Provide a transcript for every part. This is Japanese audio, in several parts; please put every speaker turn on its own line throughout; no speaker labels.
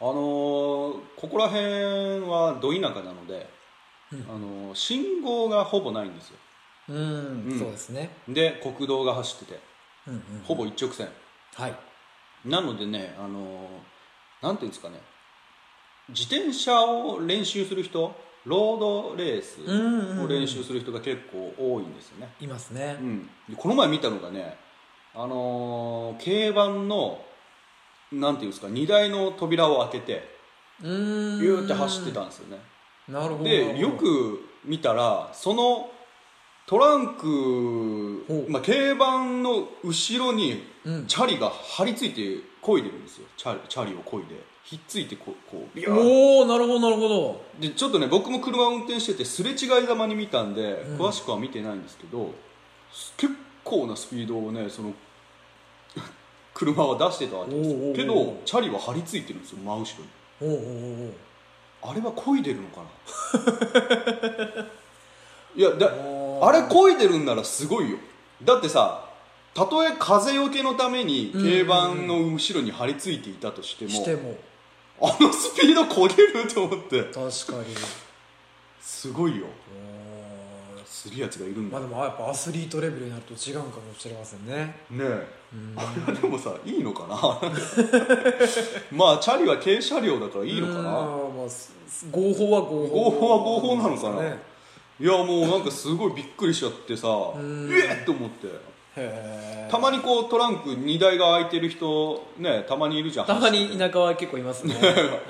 のーここら辺はど田舎なので、
うん
あのー信号がほぼないんですよ
うん、
うん
そうですね、
で国道が走ってて
うんうん、
ほぼ一直線、
はい
なのでねあのーなんていうんですかね自転車を練習する人ロードレース
うんうんうん
を練習する人が結構多いんですよね、
いますね
う、んでこの前見たのがねあのー競馬のなんていうんですか荷台の扉を開けて
うーん
ビューって走ってたんですよね
なるほどなるほど
でよく見たらそのトラン
ほ
ク、
う
まあ、競馬の後ろに
うん
チャリが張り付いて漕いでるんですよチャリチャリを漕いでひっついてこうこうビュー
おおなるほどなるほど
でちょっとね僕も車を運転しててすれ違いざまに見たんで、
ん
詳しくは見てないんですけどす結構なスピードをねその 車は出してたわけです
おうおうお
よ
う
けどチャリは張り付いてるんですよ真後ろに
おうおうおう
あれは漕いでるのかな いやだ
おー
あれ漕いでるんならすごいよだってさたとえ風よけのために
うんうんうん
競馬の後ろに張り付いていたとしても,、
しても
あのスピード漕げると思って
確かに
すごいよ
おー
するやつがいるんだ
まあで
ね
もやっぱアスリートレベルになると違うかもしれませんね
え
うん
あれはでもさいいのかな まあチャリは軽車両だからいいのか
う
なん
まあす合法は合
合
法
法は合法なのかな
ね
いやもうなんかすごいびっくりしちゃってさ
ん
えっと思って
へえ
たまにこうトランク荷台が開いてる人ねたまにいるじゃん
たま に田舎は結構い ますね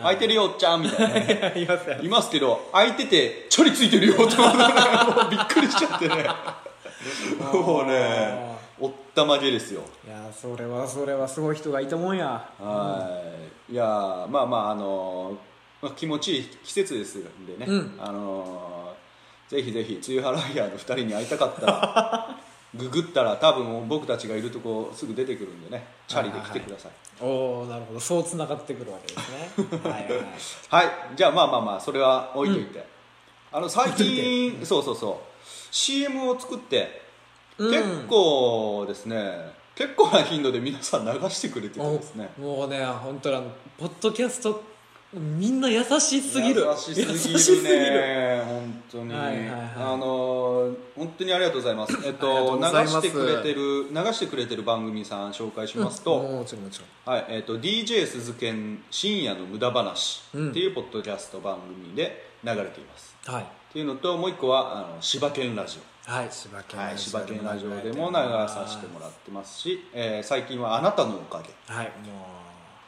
開いてるよおっちゃんみたいなね
いますね
いますけど開いててチャリついてるよと思って もうびっくりしちゃってねもうねおったまげですよ
いやそれはそれはすごい人がいたもんや
はいいやーまあまああのーまあ気持ちいい季節ですんでね、
うん
あのーぜひぜひ梅雨払いヤーの2人に会いたかったら ググったら多分僕たちがいるとこすぐ出てくるんでねチャリで来てください
おおなるほどそうつながってくるわけですね はいはい
はい、じゃあまあまあまあそれは置いといて、あの最近そうそうそう CM を作って
うん
結構ですね、結構な頻度で皆さん流してくれててですね
おもうね本当にあのポッドキャストみんな優しすぎる
優しすぎ
優
る
しすぎる
ね本当に、
はいはいはい
あのー本当にありがとうございますえっ
ありがと
と
うご
流
ざいます
してくれてる流してくれてる番組さん紹介しますと、
もちろんもちろん
はいえー、と DJ 鈴研深夜の無駄話」っていうポッドキャスト番組で流れています、
はい
っていうのともう一個はあの柴犬ラジ
はい柴
オ、
犬
はい、柴犬ラジオでも流させてもら
っ
ってますし、えー最近は「あなたのおかげ
てはいも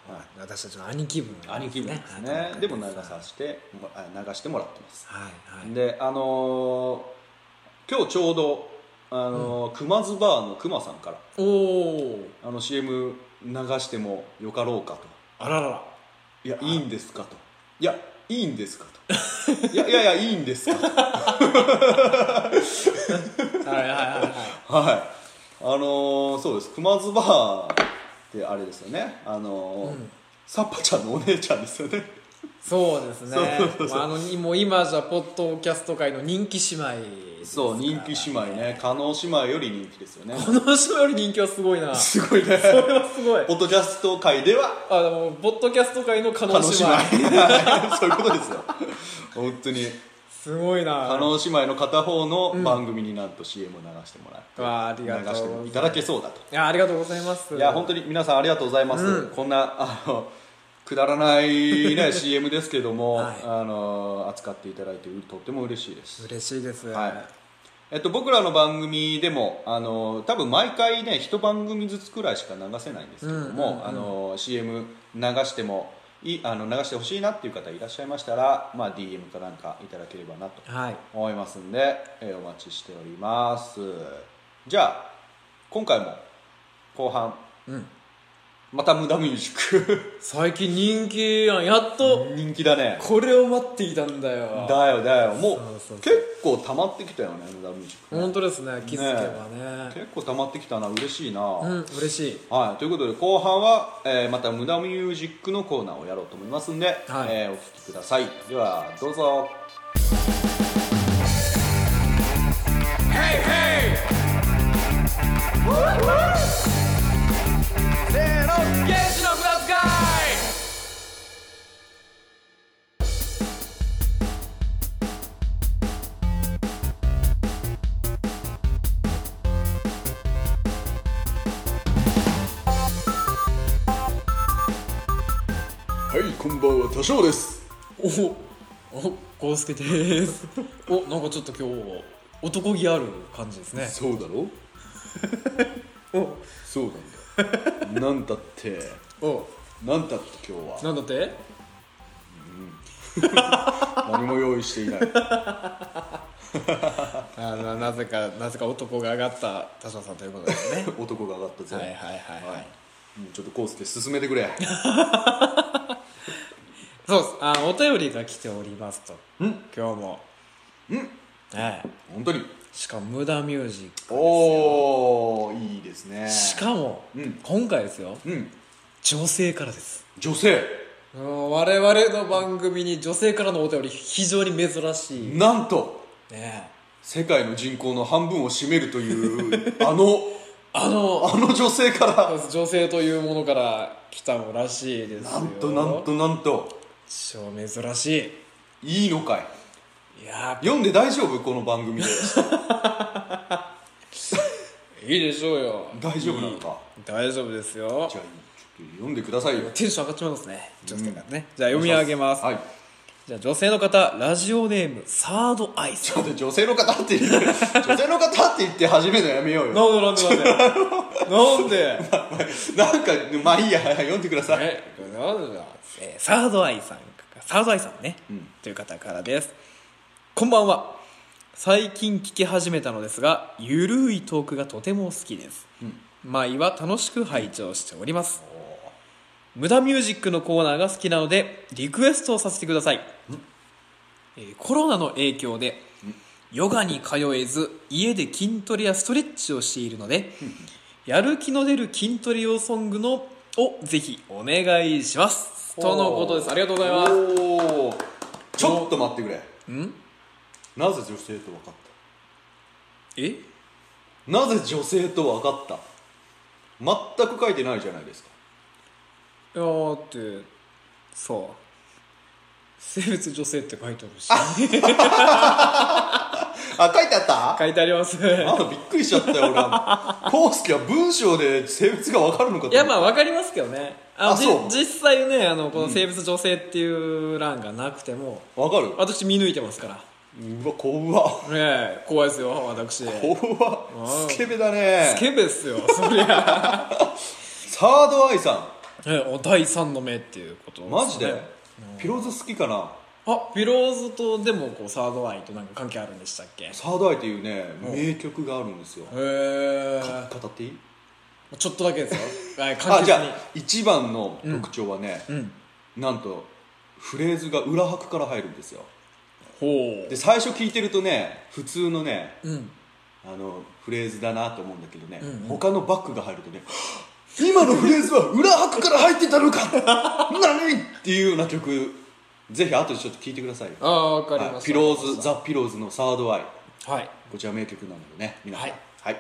う、私たちの兄貴分、」
兄貴分ですねでも流させてもあ流してもらってます、
はいはい
であのー今日ちょうど、あのー熊津バーの熊さんから
おお
あの CM 流してもよかろうかと
あららら
いやいいんですかといやいいんですかといやいやいやいいんですかと
はいはいはいはい
はい、あのーそうです熊津バーってあれですよねあのー
ん
サッパちゃんのお姉ちゃんですよね
そうですね
そうそうそう
まあ、あのもう今じゃポッドキャスト界の人気姉妹です
そう人気姉妹ね加納姉妹より人気ですよね
この姉妹より人気はすごいな
す
そ
ごいね
れはすごい
ポッドキャスト界では
あのポッドキャスト界の加納
加納
姉
姉
妹
妹はい そういうことですよ本当に
すごいな
加納姉妹の片方の番組になんと CM を流してもらって、
うわありがとう
流していただけそうだと
いやありがとうございます
いや本当に皆さんありがとうございます、
うん
こんなあのくだらない、 ね、CM ですけども、
はい
あの扱っていただいてとっても嬉しいです、
嬉しいです
はいえっと、僕らの番組でもあの多分毎回ね一番組ずつくらいしか流せないんですけども、
うんうんうん
あの CM 流してもいいあの流してほしいなっていう方いらっしゃいましたら、まあ、DM かなんかいただければなと
はい
思いますんで、えーお待ちしておりますじゃあ今回も後半
うん、
また無駄ミュージック
最近人気やんやっと
人気だね
これを待っていたんだよ
だよだよもう
そうそうそう
結構溜まってきたよね無駄ミュージックね、
本当ですね気づけばね
結構溜まってきたな嬉しいな、
うん嬉しい
はいということで後半は、えーまた無駄ミュージックのコーナーをやろうと思いますんで、
はい
えーお聴きくださいではどうぞ
現地のブラスガイ
はいこんばんは多少です
おおゴースケですおなんかちょっと今日は男気ある感じですね
そうだろ
お
そうなんだ なんだって
お
なんだって今日は
なんだって
何も用意して いない
あななぜかなぜか男が上がった田代さんということですね
男が上がったぜ
はいはいはいはい、
うんちょっとコースで進めてくれ
そうですあお便りが来ておりますと
ん
今日もうんはい
本当に
しかも無駄ミュージックですよ
おおいいですね
しかも、
うん
今回ですよ
うん
女性からです
女性
うん我々の番組に女性からのお便り非常に珍しい、
なんと
ね
世界の人口の半分を占めるという あの
あの
あの女性から
女性というものから来たのらしいですよ
なんとなんとなんと
超珍し
いいのかい
いいや
読んで大丈夫この番組で
いいでしょうよ
大丈夫なのか
いい大丈夫ですよ
じゃあちょっと読んでくださいよ
テンション上がっちまいますね女性からね、じゃあ読み上げます、
はい
じゃあ女性の方ラジオネームサードアイ
ち
さ
ょ
ん
っと女性の方って 言って女性の方って言って始めるのやめようよ
なんでなんでな んでなんで
なんかまあいいや読んでください
えなんだ、えーサードアイさんサードアイさんね、という方からですこんばんは最近聞き始めたのですがゆるいトークがとても好きです、毎は楽しく拝聴しております無駄ミュージックのコーナーが好きなのでリクエストをさせてください、えーコロナの影響でヨガに通えず家で筋トレやストレッチをしているのでやる気の出る筋トレ用ソングのをぜひお願いしますとのことですありがとうございます
おーちょっと待ってくれなぜ女性と分かっ
え
たなぜ女性と分かった全く書いてないじゃないですか
いやーってさ性別女性って書いてあるし
あ書いてあった
書いてあります
あびっくりしちゃったよ俺はコウスケは文章で性別が分かるのかと思っ
い
た
やまあわかりますけどねあ
あ
じ
そう
実際ねあのこの性別女性っていう欄がなくても、
分かる
私見抜いてますからね
うわ怖っ
え怖いですよ私ス
怖っスケベだね
ケベっすよそりゃ、
サードアイさ
ええお第三の目っていうこと
ん
すね
マジでピローズ好きかな
あピローズとでもこうサードアイとなんか関係あるんでしたっけへ
サードアイっていうね名曲があるんですよ
え
語っていい
ちょっとだけです よはい簡
あじ
潔
ゃあ
に
一番の特徴はね、なんとフレーズが裏拍から入るんですよ
ほう
で最初聞いてるとね普通のね
うん
あのフレーズだなと思うんだけどね、他のバックが入るとね今のフレーズは裏拍から入ってたのか 何っていうような曲ぜひ後でちょっと聞いてくださいよ
ああわかりました、
はいピローズザ・ピローズのサードアイ
はい
こちら名曲なのでね皆さん
は
はいい、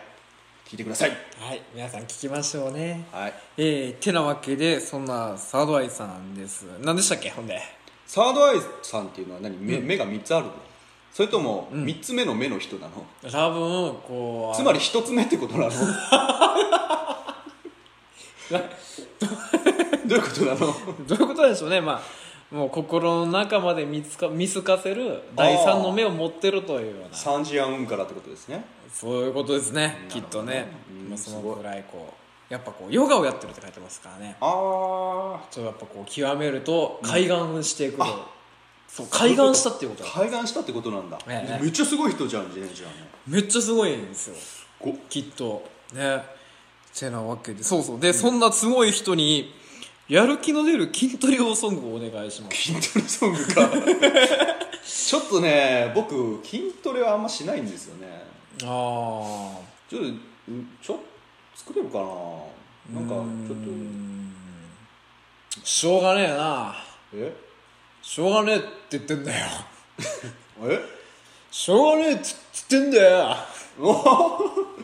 聞いてください
はい皆さん聞きましょうね
はい
えー、てなわけでそんなサードアイさんです何でしたっけほんで
サードアイさんっていうのは何目,、目が3つあるのそれとも3つ目の目の人なの、
多分こう
つまり1つ目ってこと なのどういうことなの
どういうことなんでしょうねまあもう心の中まで見つか見透かせる第三の目を持ってるというような
三次暗雲からってことですね
そういうことですねきっとね、まあ、そのくらいこうやっぱこうヨガをやってるって書いてますからね
ああ
そうやっぱこう極めると開眼してくる、そう開眼したっていうこと
開眼したってことなんだ、
ええ
めっちゃすごい人じゃん自転車の
めっちゃすごいんですよ
ご
きっとねてなわけでそうそうで、そんなすごい人にやる気の出る筋トレ用ソングをお願いします
筋トレソングかちょっとね僕筋トレはあんましないんですよね
ああ
ちょっとうんちょ作れるかななんかちょっと
しょうがねえな
え
しょうがねえって言ってんだよ
え
しょうがねえって言ってんだよ
お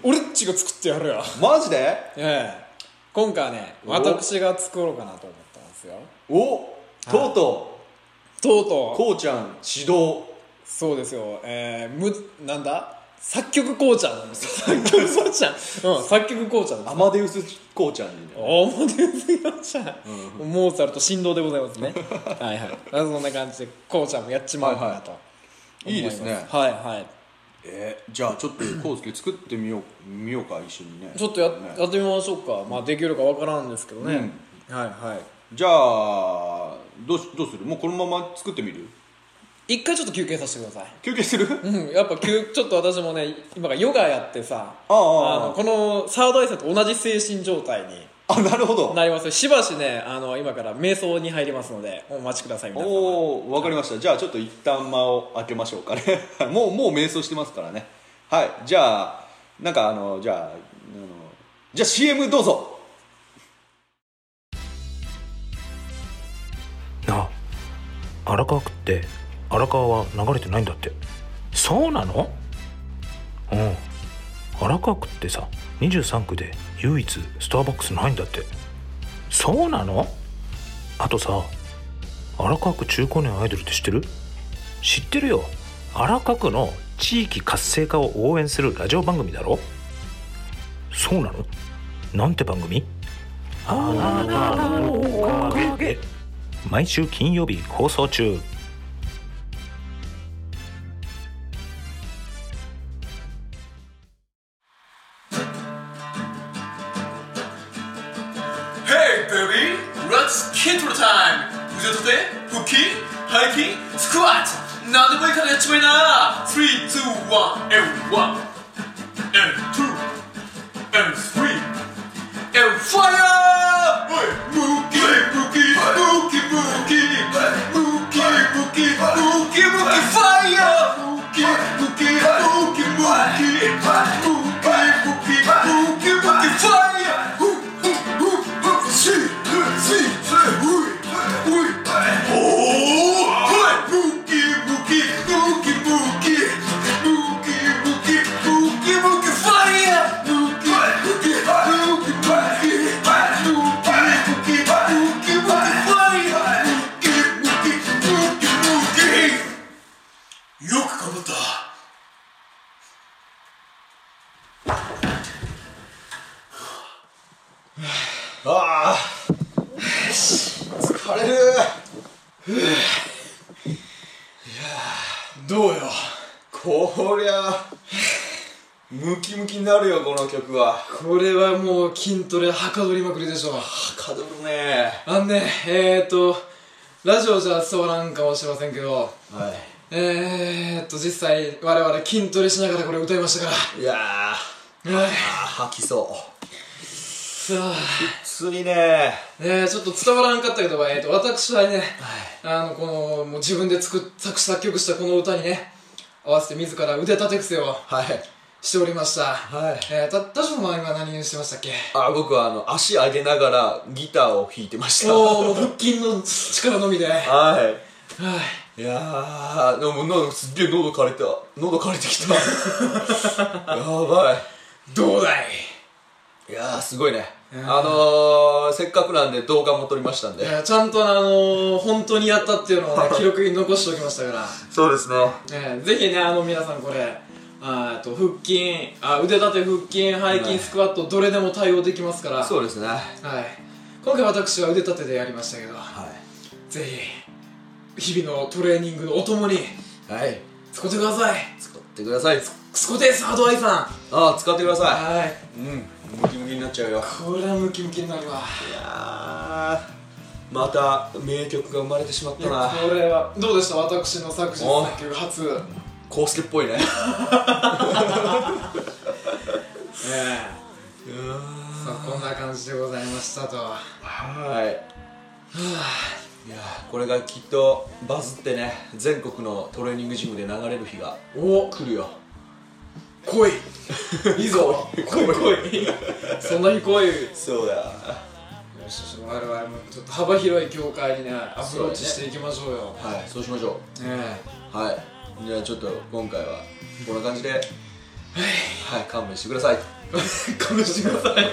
俺っちが作ってやるよ
マジで
ええ今回はね
お
私が作ろうかなと思ったんですよ
おとうと
とう
う
とう
こうちゃん指導
そうですよえー、むなんだ作曲こうちゃん作曲こうちゃん、うん、作曲こうちゃんです
アマデウスこうちゃんにね
おもてずよちゃん、モーツァルト振動でございますね はいはいそんな感じでこうちゃんもやっちまおうかなと、
いはいいいですね
思まはいはい
えー、じゃあちょっとコウスケ作ってみよう見ようか一緒にね
ちょっとや,、
ね
やってみましょうかまあできるかわからんですけどね、はいはい
じゃあどうしどうするもうこのまま作ってみる
一回ちょっと休憩させてください
休憩する
うん、やっぱ休ちょっと私もね今からヨガやってさ
ああああ
のこのサードアイサーと同じ精神状態に
あなるほど
なりますしばしねあの今から瞑想に入りますのでお待ちください皆様
おおわかりましたじゃあちょっと一旦間を開けましょうかね もうもう瞑想してますからねはいじゃあなんかあのじゃああのじゃあ CM どうぞ
なあ荒川区って荒川は流れてないんだってそうなのうん荒川区ってさ23区で唯一スターバックスないんだってそうなのあとさ荒川区中高年アイドルって知ってる知ってるよ荒川区の地域活性化を応援するラジオ番組だろそうなのなんて番組あなたのおかげ毎週金曜日放送中
ああ疲れる
どうよ
こりゃムキムキになるよこの曲は
これはもう筋トレはかどりまくりでしょう
かどるね
あのねえー、っとラジオじゃそうなんかもしれませんけど
は
えー、っと実際我々筋トレしながらこれ歌いましたか
いいやー
らはい
あ吐きそう
さあ
きついね
ねえちょっと伝わらんかったけど、えー、と私はね、あのこのもう自分で作っ作詞作曲したこの歌にね合わせて自ら腕立て伏せを
はい
しておりました、
はい
えー、た田代の前は何してましたっけ
あ僕はあの足上げながらギターを弾いてました
おおもう腹筋の力のみではい
はいいやーでもなんかすっげえ喉枯れた喉枯れて きたやば
どうだい
いいやーすごいねあのー、せっかくなんで動画も撮りましたん
い
で
やちゃんとあのー本当にやったっていうのを、ね、記録に残しておきましたから
そうですね
えーぜひねあの皆さんこれあーえっと腹筋あ腕立て腹筋背筋スクワットどれでも対応できますから
そうですねは
はい今回私は腕立てでやりましたけど
い
ぜひ日々のトレーニングのお供に
はい
使ってください
使ってください
スコテーサードアイさん
ああ使ってくださ
はい
いうんムキムキになっちゃうよ
これはムキムキになるわ
いやーまた名曲が生まれてしまっ
い
た
や
な
これはどうでした私の作詞
お
作曲初
コウスケっぽいね
ええさあこんな感じでございました と
はいいやーこれがきっとバズってね全国のトレーニングジムで流れる日が
お
来るよ
来いいいぞ来い来いそんな日来い
そうだ
よしよし我々もちょっと幅広い業界にねアプローチしていきましょうよ
はいそうしましょ
え
うはいじゃあちょっと今回はこんな感じではい勘弁してください
え勘弁してください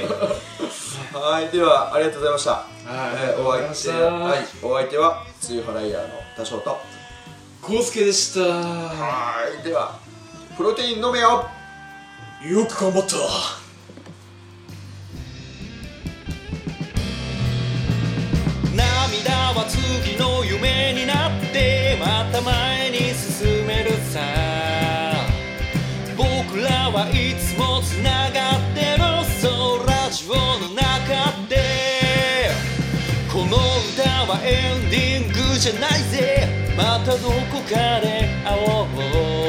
はいではありがとうございました
はい
えーお
ありがとうございまし
相手
た
はいお相手はツイハライヤーの多少と
康介でした
はいではプロテイン飲めよ
よく頑張った
涙は次の夢になってまた前に進めるさ僕らはいつもつながってるそうラジオの中でこの歌はエンディングじゃないぜまたどこかで会おう